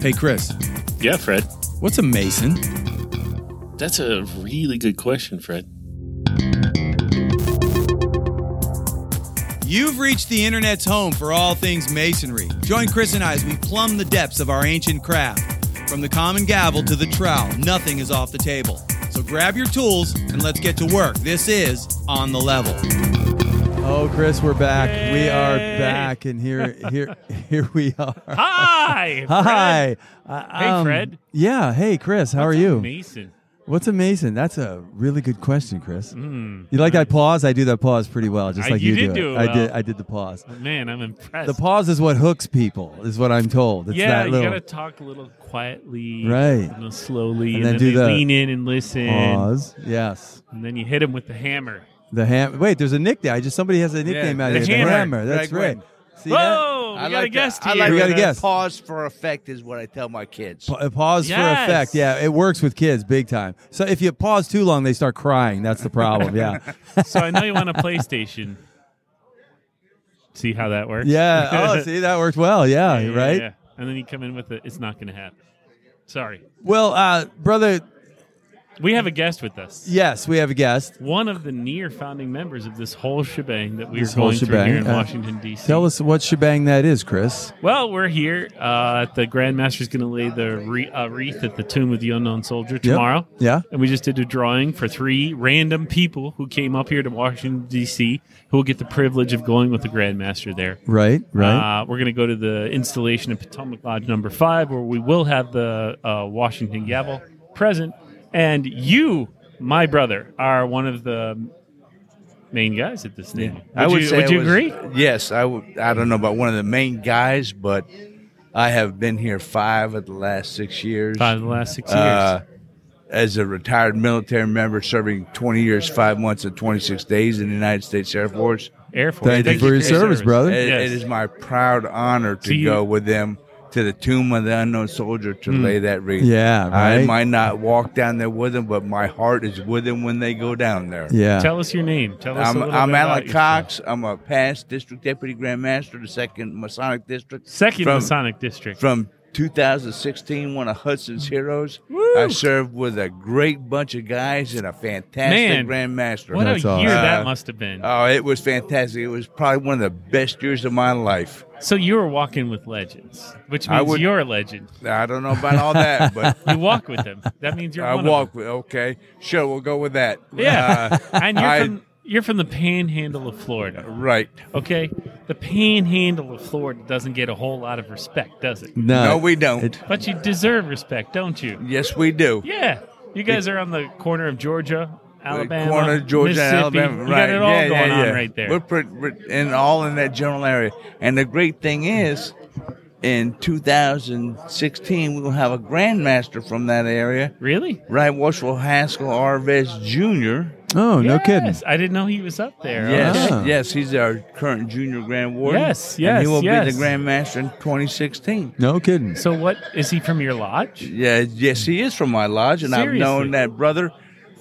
Hey, Chris, Yeah, Fred. what's a mason? That's a really good question, Fred. You've reached the internet's home for all things masonry. Join Chris and I as we plumb the depths of our ancient craft. From the common gavel to the trowel, nothing is off the table. So grab your tools and let's get to work. This is On the Level. Oh, Chris, we're back. We are back, and here, here, here we are. Hi. Fred. Hi. Uh, um, Hey, Fred. Yeah. Hey, Chris. How What's are up, you? Mason. What's a mason? That's a really good question, Chris. You like that pause? I do that pause pretty well, just Mm, I- like you, you did do it I did. well. I did the pause. Man, I'm impressed. The pause is what hooks people, is what I'm told. It's yeah, that little. you gotta talk a little quietly, Right. A little slowly, And and, then then, do they the lean in and listen, Pause. Yes. and then you hit him with the hammer. The ham. Wait, there's a nickname. I just somebody has a nickname out the here. hammer. The hammer. That's Greg right. Wynn. See Whoa, we I got a like that. guest I here. like We got a that. guest. Pause for effect is what I tell my kids. that? Pa- pause for Yes. effect. Yeah, it works with kids big time. So if you pause too long, they start crying. That's the problem. Yeah. so I know you want a PlayStation. See how that works? yeah. Oh, see, that worked well. Yeah. Yeah, yeah, right. yeah. And then you come in with it. It's not gonna happen. Sorry, Well, uh, brother. we have a guest with us. Yes, we have a guest. One of the near founding members of this whole shebang that we This are whole going through here shebang, in uh, Washington D.C. Tell us what shebang that is, Chris. Well, we're here. Uh, the Grandmaster's going to lay the re- uh, wreath at the Tomb of the Unknown Soldier tomorrow. Yeah. And we just did a drawing for three random people who came up here to Washington, D.C., who will get the privilege of going with the Grandmaster there. Right. Right. Uh, we're going to go to the installation at Potomac Lodge number five, where we will have the uh, Washington gavel present. And you, my brother, are one of the main guys at this thing. Would I would you, say would it you was- agree? Yes, I would. I don't know about one of the main guys, but I have been here five of the last six years. Five of the last six years. Uh, as a retired military member, serving 20 years, five months, and 26 days in the United States Air Force. Air Force. Thank, you for your service, brother. It- Yes. it is my proud honor to So you- Hmm. go with them to the tomb of the unknown soldier to lay that wreath. Yeah, I right. might not walk down there with them, but my heart is with them when they go down there. yeah. Tell us your name. Tell us. I'm, a little I'm bit about Alan yourself. Cox. I'm a past district deputy grandmaster, the second Masonic district. Second from, Masonic District. From 2016, one of Mm. Hudson's heroes. I served with a great bunch of guys and a fantastic Man, grandmaster. what a That's all. year Uh, that must have been. Oh, it was fantastic. It was probably one of the best years of my life. so you were walking with legends, which I means would- you're a legend. I don't know about all that, but You walk with them. That means you're. I one of walk with. Okay, sure, we'll go with that. them. Yeah, Uh, and you're I- from you're from the Panhandle of Florida. Uh, right. Okay, the Panhandle of Florida doesn't get a whole lot of respect, does it? no, no, we don't. it- But you deserve respect, don't you? yes, we do. Yeah, you guys are on the corner of Georgia, Alabama, corner of Georgia and Mississippi. Alabama. You Right. got it all yeah, going yeah, yeah. on right there. We're, pretty, we're in all in that general area. And the great thing is, in 2016, we will have a grandmaster from that area, really? right? Washwell Haskell Arvez Jr. Oh, no kidding. Yes, I didn't know he was up there. Yes, Ah. yes, he's our current junior grand warden. Yes, and yes, he will be yes. the grandmaster in 2016. No kidding. So what is he from your lodge? Yeah, yes, he is from my lodge, and Seriously? I've known that brother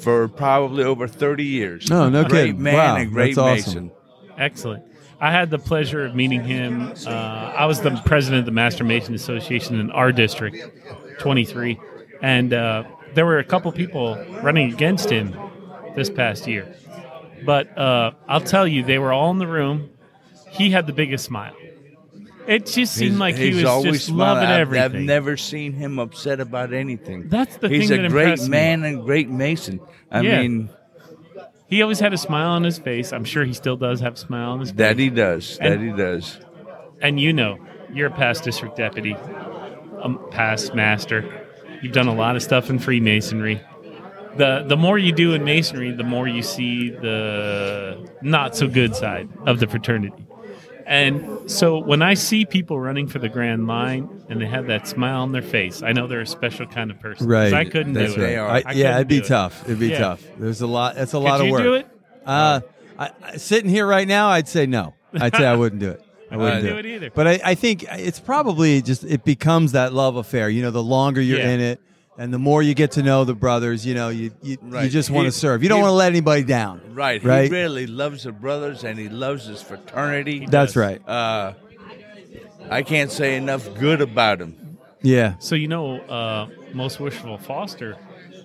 for probably over 30 years. No, no great kidding. man Wow, and great that's awesome. mason. Excellent. I had the pleasure of meeting him. Uh, I was the president of the Master Mason Association in our district, 23, and uh, there were a couple people running against him this past year. But uh, I'll tell you, they were all in the room. He had the biggest smile. It just seemed like he he's was always just smiling. loving I've- everything. I've never seen him upset about anything. That's the he's thing a that great impressed me. man and great mason. I Yeah. mean, He always had a smile on his face. I'm sure he still does have a smile on his face. that he does. that And- he does. and you know you're a past district deputy a past master you've done a lot of stuff in freemasonry the the more you do in masonry the more you see the not so good side of the fraternity and so when i see people running for the grand line and they have that smile on their face i know they're a special kind of person Right. 'Cause i couldn't That's do right. They it are. I- I yeah, couldn't it'd be do it. tough. It'd be Yeah. tough. There's a lot. That's a lot Could of you work. do it Uh, I, I, sitting here right now, I'd say no. I'd say I wouldn't do it. I wouldn't do it either. But I, I think it's probably just it becomes that love affair. You know, the longer you're Yeah. in it, and the more you get to know the brothers, you know, you you, you Right. just want to He- serve. You don't he- want to let anybody down. Right. Right. He really loves the brothers and he loves his fraternity. That's right. Uh, I can't say enough good about him. Yeah. So you know, uh, most wishful Foster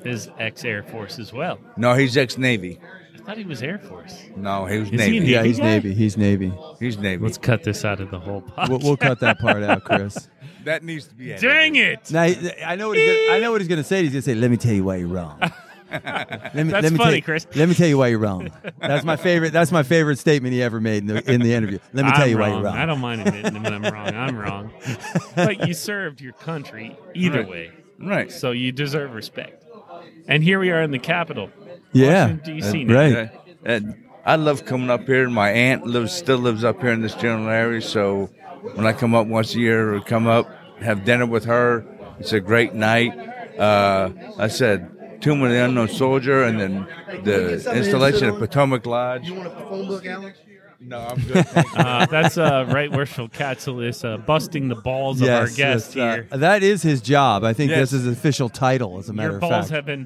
is ex Air Force as well. No, he's ex Navy. I thought he was Air Force. No, he was Is he Navy. Navy? Yeah, he's guy? Navy. He's Navy. He's Navy. Let's cut this out of the whole podcast. We'll, we'll cut that part out, Chris. that needs to be edited. Dang it! Now, he- I know what he's gonna, I know what he's going to say. He's going to say, "Let me tell you why you're wrong." Let me, let That's me funny, tell you, Chris. Let me tell you why you're wrong. That's my favorite. That's my favorite statement he ever made in the, in the interview. Let me I'm tell you wrong. why you're wrong. I don't mind admitting when I'm wrong. I'm wrong. But you served your country either Right. way, Right. so you deserve respect. And here we are in the Capitol. yeah, Washington, D.C. now. right. Yeah. And I love coming up here. My aunt lives still lives up here in this general area, so when I come up once a year, we come up have dinner with her. It's a great night. Uh, I said Tomb of the Unknown Soldier, and then the installation of Potomac Lodge. You want a phone book, Alex? No, I'm good. Uh, that's uh, right. Worshipful Katzel is uh, busting the balls of our guest that's, uh, here. that is his job. I think Yes. this is his official title. As a matter Your of balls fact, have been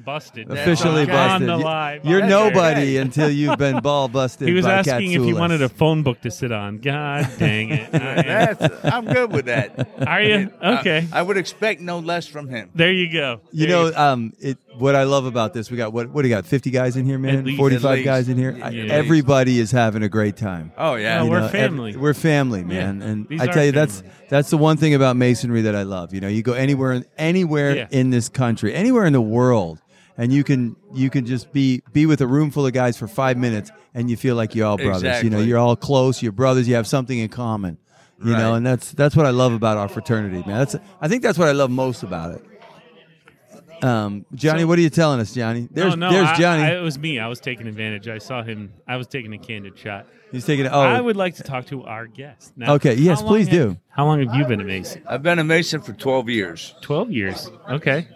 busted. officially Officially Now. On busted. the You- live You're podcast. nobody until you've been ball busted. He was by asking if you Katsoulis. wanted a phone book to sit on. God dang it! I That's, I'm good with that. am- Are you okay? I, I would expect no less from him. There you go. Uh, You There know, um, it, what I love about this, we got what? What do you got? Fifty guys in here, man. least. Forty-five At least. guys in here. Yeah, I- at least. everybody is having a great time. Oh yeah, No, You we're ev- family. we're family, man. And These I are tell you, that's family. that's the one thing about masonry that I love. You know, you go anywhere, in- anywhere Yeah. in this country, anywhere in the world, and you can you can just be be with a room full of guys for five minutes, and you feel like you're all brothers. You know, Exactly. you're all close, you're brothers, you have something in common. You know, Right. and that's that's what I love about our fraternity, man. That's I think that's what I love most about it. Um, Johnny, So- what are you telling us, Johnny? There's Oh, no, no, there's I- Johnny. I- it was me. I was taking advantage. I saw him. I was taking a candid shot. He's taking it. Oh, I would like to talk to our guest. Now, Okay, yes, how long please have- do. How long have you been a Mason? I've been a Mason for 12 years. Twelve years. Okay.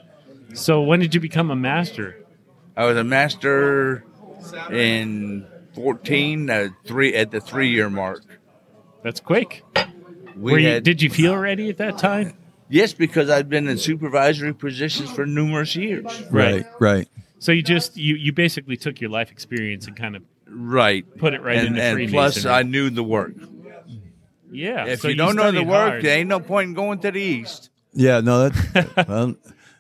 So when did you become a master? I was a master in 14, uh, three at the three year mark. That's quick. We Were you, had- did you feel ready at that time? yes, because I'd been in supervisory positions for numerous years. right, right. So you just you you basically took your life experience and kind of Right. put it right and into and plus, Freemasonry. I knew the work. yeah. If so you, don't know the studied work, hard. there ain't no point in going to the east. Yeah, no, that. well,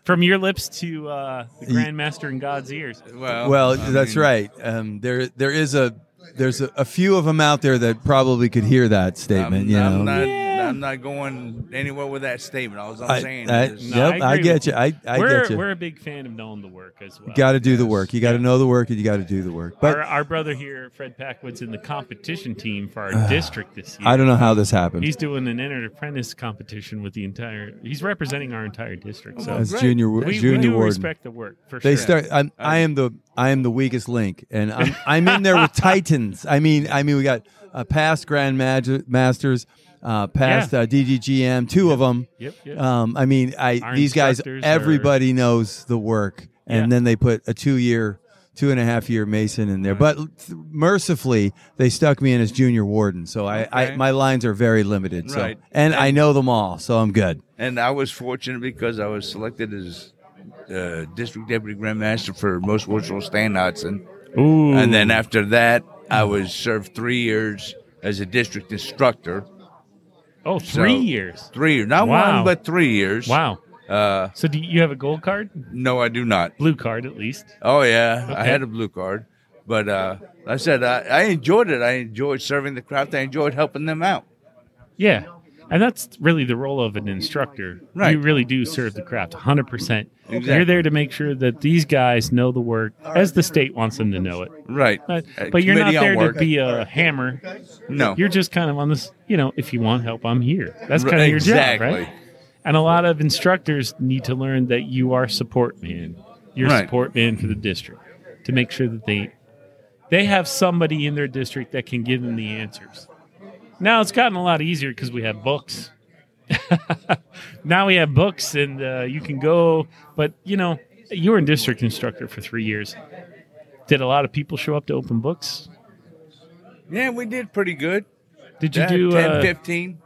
from your lips to uh, the grandmaster in God's ears. Well, Well, Oh, I that's mean, right. Um, there, there is a, there's a, a few of them out there that probably could hear that I'm, statement. you know, I'm not, I'm not going anywhere with that statement. All I'm I, saying I- is, No, yep, I I, agree get with you. I, I we're get you. we're a big fan of knowing the work as well. got to do the work. You got to know the work, and you got to do the work. But our, our brother here, Fred Packwood's in the competition team for our district this year. I don't know how this happened. He's doing an entered apprentice competition with the entire. He's representing our entire district. So As junior, we, we junior do warden. respect the work for They sure. start. I'm, I am the I am the weakest link, and I'm I'm in there with titans. I mean, I mean, we got uh, past Grand Mag- Masters, uh, past Yeah. uh, DGGM, two of them. Yep, yep. Um, I mean, I Our these guys, instructors everybody knows the work, and Yeah. then they put a two year, two and a half year Mason in there. But mercifully, they stuck me in as junior warden, so I, I Okay. my lines are very limited. So Right. and I know them all, so I'm good. and I was fortunate because I was selected as uh, district deputy grandmaster for most virtual standouts, and Ooh, and then after that, I was served three years as a district instructor. oh, three So- years. Three years, not Wow. one, but three years. Wow. Uh, So do you have a gold card, no, I do not. blue card at least? Oh yeah, I Okay. had a blue card, but uh, I said I, I enjoyed it. I enjoyed serving the craft. I enjoyed helping them out. Yeah. And that's really the role of an instructor. Right. You really do serve the craft 100%. You're Exactly. there to make sure that these guys know the work as the state wants them to know it. Right, But, Uh, but you're not committee on there to work. be a hammer. No, You're just kind of on this, you know, if you want help, I'm here. That's Right, kind of your exactly. job, right? And a lot of instructors need to learn that you are support man. You're Right. support man for the district to make sure that they they have somebody in their district that can give them the answers. Now it's gotten a lot easier because we have books. now we have books, and uh, you can go. But you know, you were a district instructor for three years. Did a lot of people show up to open books? yeah, we did pretty good. Did you Yeah, do? 10, uh, 15.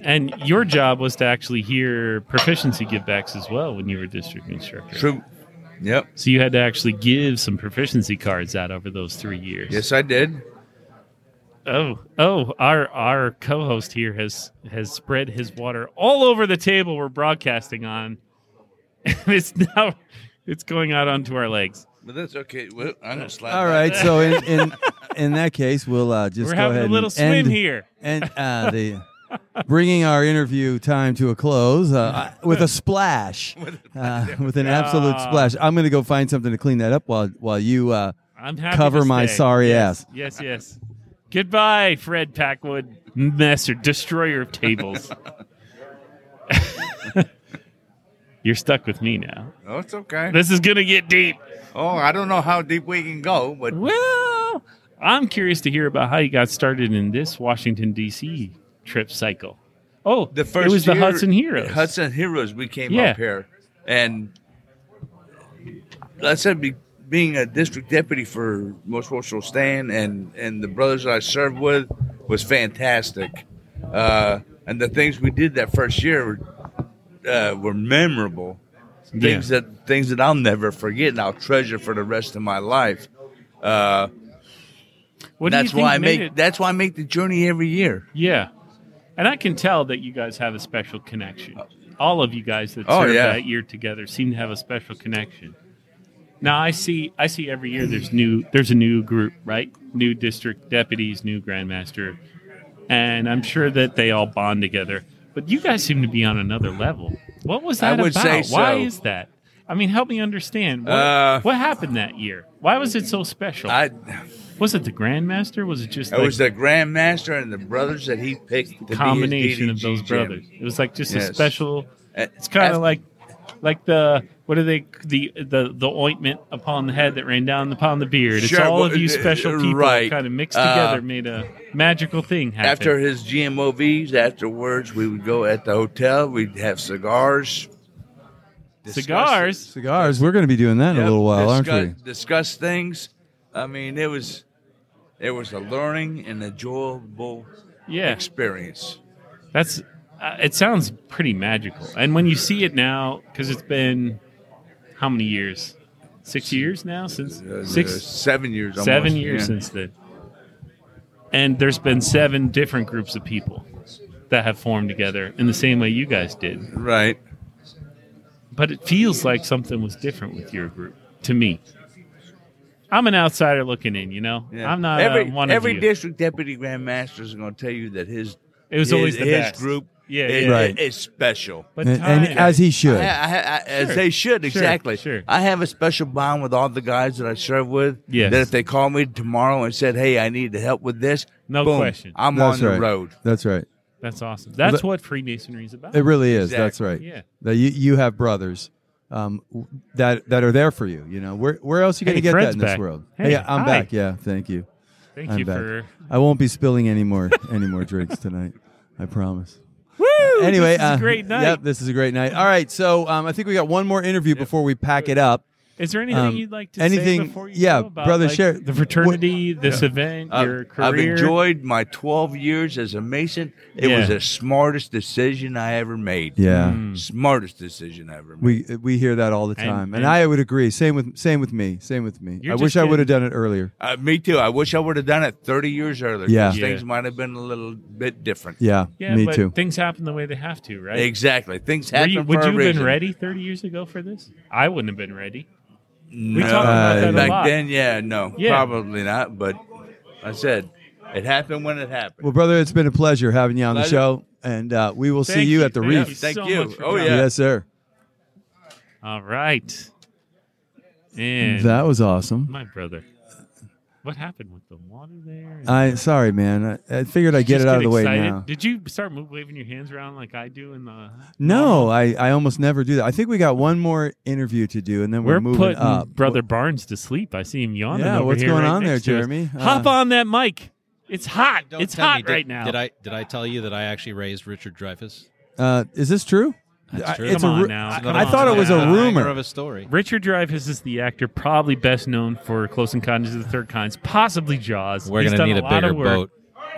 and your job was to actually hear proficiency givebacks as well when you were district instructor. True. Yep. So you had to actually give some proficiency cards out over those three years. Yes, I did. Oh, oh, our our co-host here has has spread his water all over the table we're broadcasting on. And it's now it's going out onto our legs. But that's okay. Well, I'm gonna slap. All that. right. So in in, in that case, we'll uh, just we're go having ahead a little and swim end, here. and uh, the bringing our interview time to a close uh, I- with a splash, uh, with an absolute Ah. splash. I'm going to go find something to clean that up while while you. Uh, I'm happy. Cover to my stay. sorry yes, ass. Yes, yes. Goodbye, Fred Packwood, master destroyer of tables. You're stuck with me now. Oh, it's okay. This is gonna get deep. Oh, I don't know how deep we can go, but Well, I'm curious to hear about how you got started in this Washington D.C. trip cycle. Oh, the first it was the year- Hudson Heroes. Hudson Heroes. We came Yeah. up here, and like I said, be, being a district deputy for most social stand, and and the brothers I served with was fantastic. Uh, and the things we did that first year were, uh, were memorable. Things that things that I'll never forget and I'll treasure for the rest of my life. Uh, What do you that's think why I made make it- that's why I make the journey every year. Yeah, and I can tell that you guys have a special connection. All of you guys that Oh, served yeah. that year together seem to have a special connection. Now I see. I see every year there's new. There's a new group, right? New district deputies, new grandmaster, and I'm sure that they all bond together. But you guys seem to be on another level. What was I that would about? say Why so. is that? I mean, help me understand. What, Uh, what happened that year? Why was it so special? I was it the grandmaster? Was it just It like was the grandmaster and the brothers that he picked. to be his combination of DDG those gym. brothers. It was like just a Yes. special. Uh, It's kind af- of like, like the what are they the the the ointment upon the head that ran down upon the beard. Sure, it's all of well, you uh, special people right. kind of mixed Uh, together, made a magical thing happen. after his GMOVs. Afterwards, we would go at the hotel. We'd have cigars. discuss- cigars, cigars. We're going to be doing that in Yep, a little while, discuss, aren't we? Discuss things. I mean, it was it was a learning and enjoyable yeah, experience. that's. Uh, it sounds pretty magical, and when you see it now, because it's been how many years? Six years now since Uh, six seven years, almost. seven years yeah. since then. And there's been seven different groups of people that have formed together in the same way you guys did. Right. But it feels like something was different with your group to me. I'm an outsider looking in, you know. Yeah. I'm not uh, every one of every you. district deputy grandmaster is going to tell you that his it was his, always the his best group. Yeah, is, yeah. Right. is special. But And, time, and as he should. I, I, I, as Sure. they should Sure. exactly. Sure. I have a special bond with all the guys that I serve with. Yes. That if they call me tomorrow and said, "Hey, I need help with this," No boom, question. I'm That's on right. the road. That's right. that's awesome. That's The- what Freemasonry is about. It really is. That's Exactly. right. Yeah. That you, you have brothers um, w- that that are there for you. You know, where where else you going Hey, to get Fred's that in this back. world? Hey, I'm hi. back. Yeah, thank you. Thank I'm you back. for I won't be spilling any more any more drinks tonight. I promise. woo. Anyway, this is uh, a great night. Yep, this is a great night. All right, so um, I think we got one more interview before we pack it up. Is there anything Um, you'd like to anything- say before you yeah, go about brother, like, share- the fraternity, this event, I've- your career? I've enjoyed my 12 years as a Mason. It Yeah. Mm. was the smartest decision I ever made. Yeah, Smartest decision I ever made. we we hear that all the And- time, and, and- I would agree. Same with same with me. Same with me. You're I just wish I getting- would have done it earlier. Uh, me too. I wish I would have done it 30 years earlier. 'cause Yeah. Yeah. Things might have been a little bit different. Yeah, Yeah, me but too. things happen the way they have to, right? Exactly. Things Were happen you, for would a you have reason. been ready 30 years ago for this? I wouldn't have been ready. No. We talk about that a Uh, back lot. then, yeah, no, Yeah. probably not. But I said it happened when it happened. Well, brother, it's been a pleasure having you on the Pleasure. show, and uh, we will see Thank you, at the Thank reef. Thank so you. much for Oh, coming. yeah. Yes, sir. All right. And That was awesome. my brother. What happened with the water there? I sorry, man. I, I figured I'd Uh, get Just it out of the way excited. now. Did you start move, waving your hands around like I do in the? No, I, I almost never do that. I think we got one more interview to do, and then we're, We're, moving putting up. brother Barnes to sleep. I see him yawning. Yeah, over what's here going right on there, next to us. Jeremy? Hop Uh, on that mic. It's hot. Don't it's tell me, hot did- right now. Did I did I tell you that I actually raised Richard Dreyfus? Uh, is this true? I- That's true. it's Come a on ru- now. I, Come I on thought it was a now. rumor. of a story. Richard Dreyfuss is the actor probably best known for Close Encounters of the Third Kinds, possibly Jaws. We're He's gonna done need a, lot bigger of work. boat.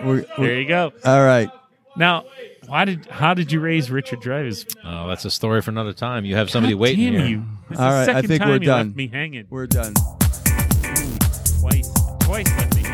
We're- There we're- you go. all right. Now, why did how did you raise Richard Dreyfuss? Oh, that's a story for another time. You have somebody God waiting damn here. You. This is All the right, I second think time we're you done. Left me hanging We're done. twice. Twice left me.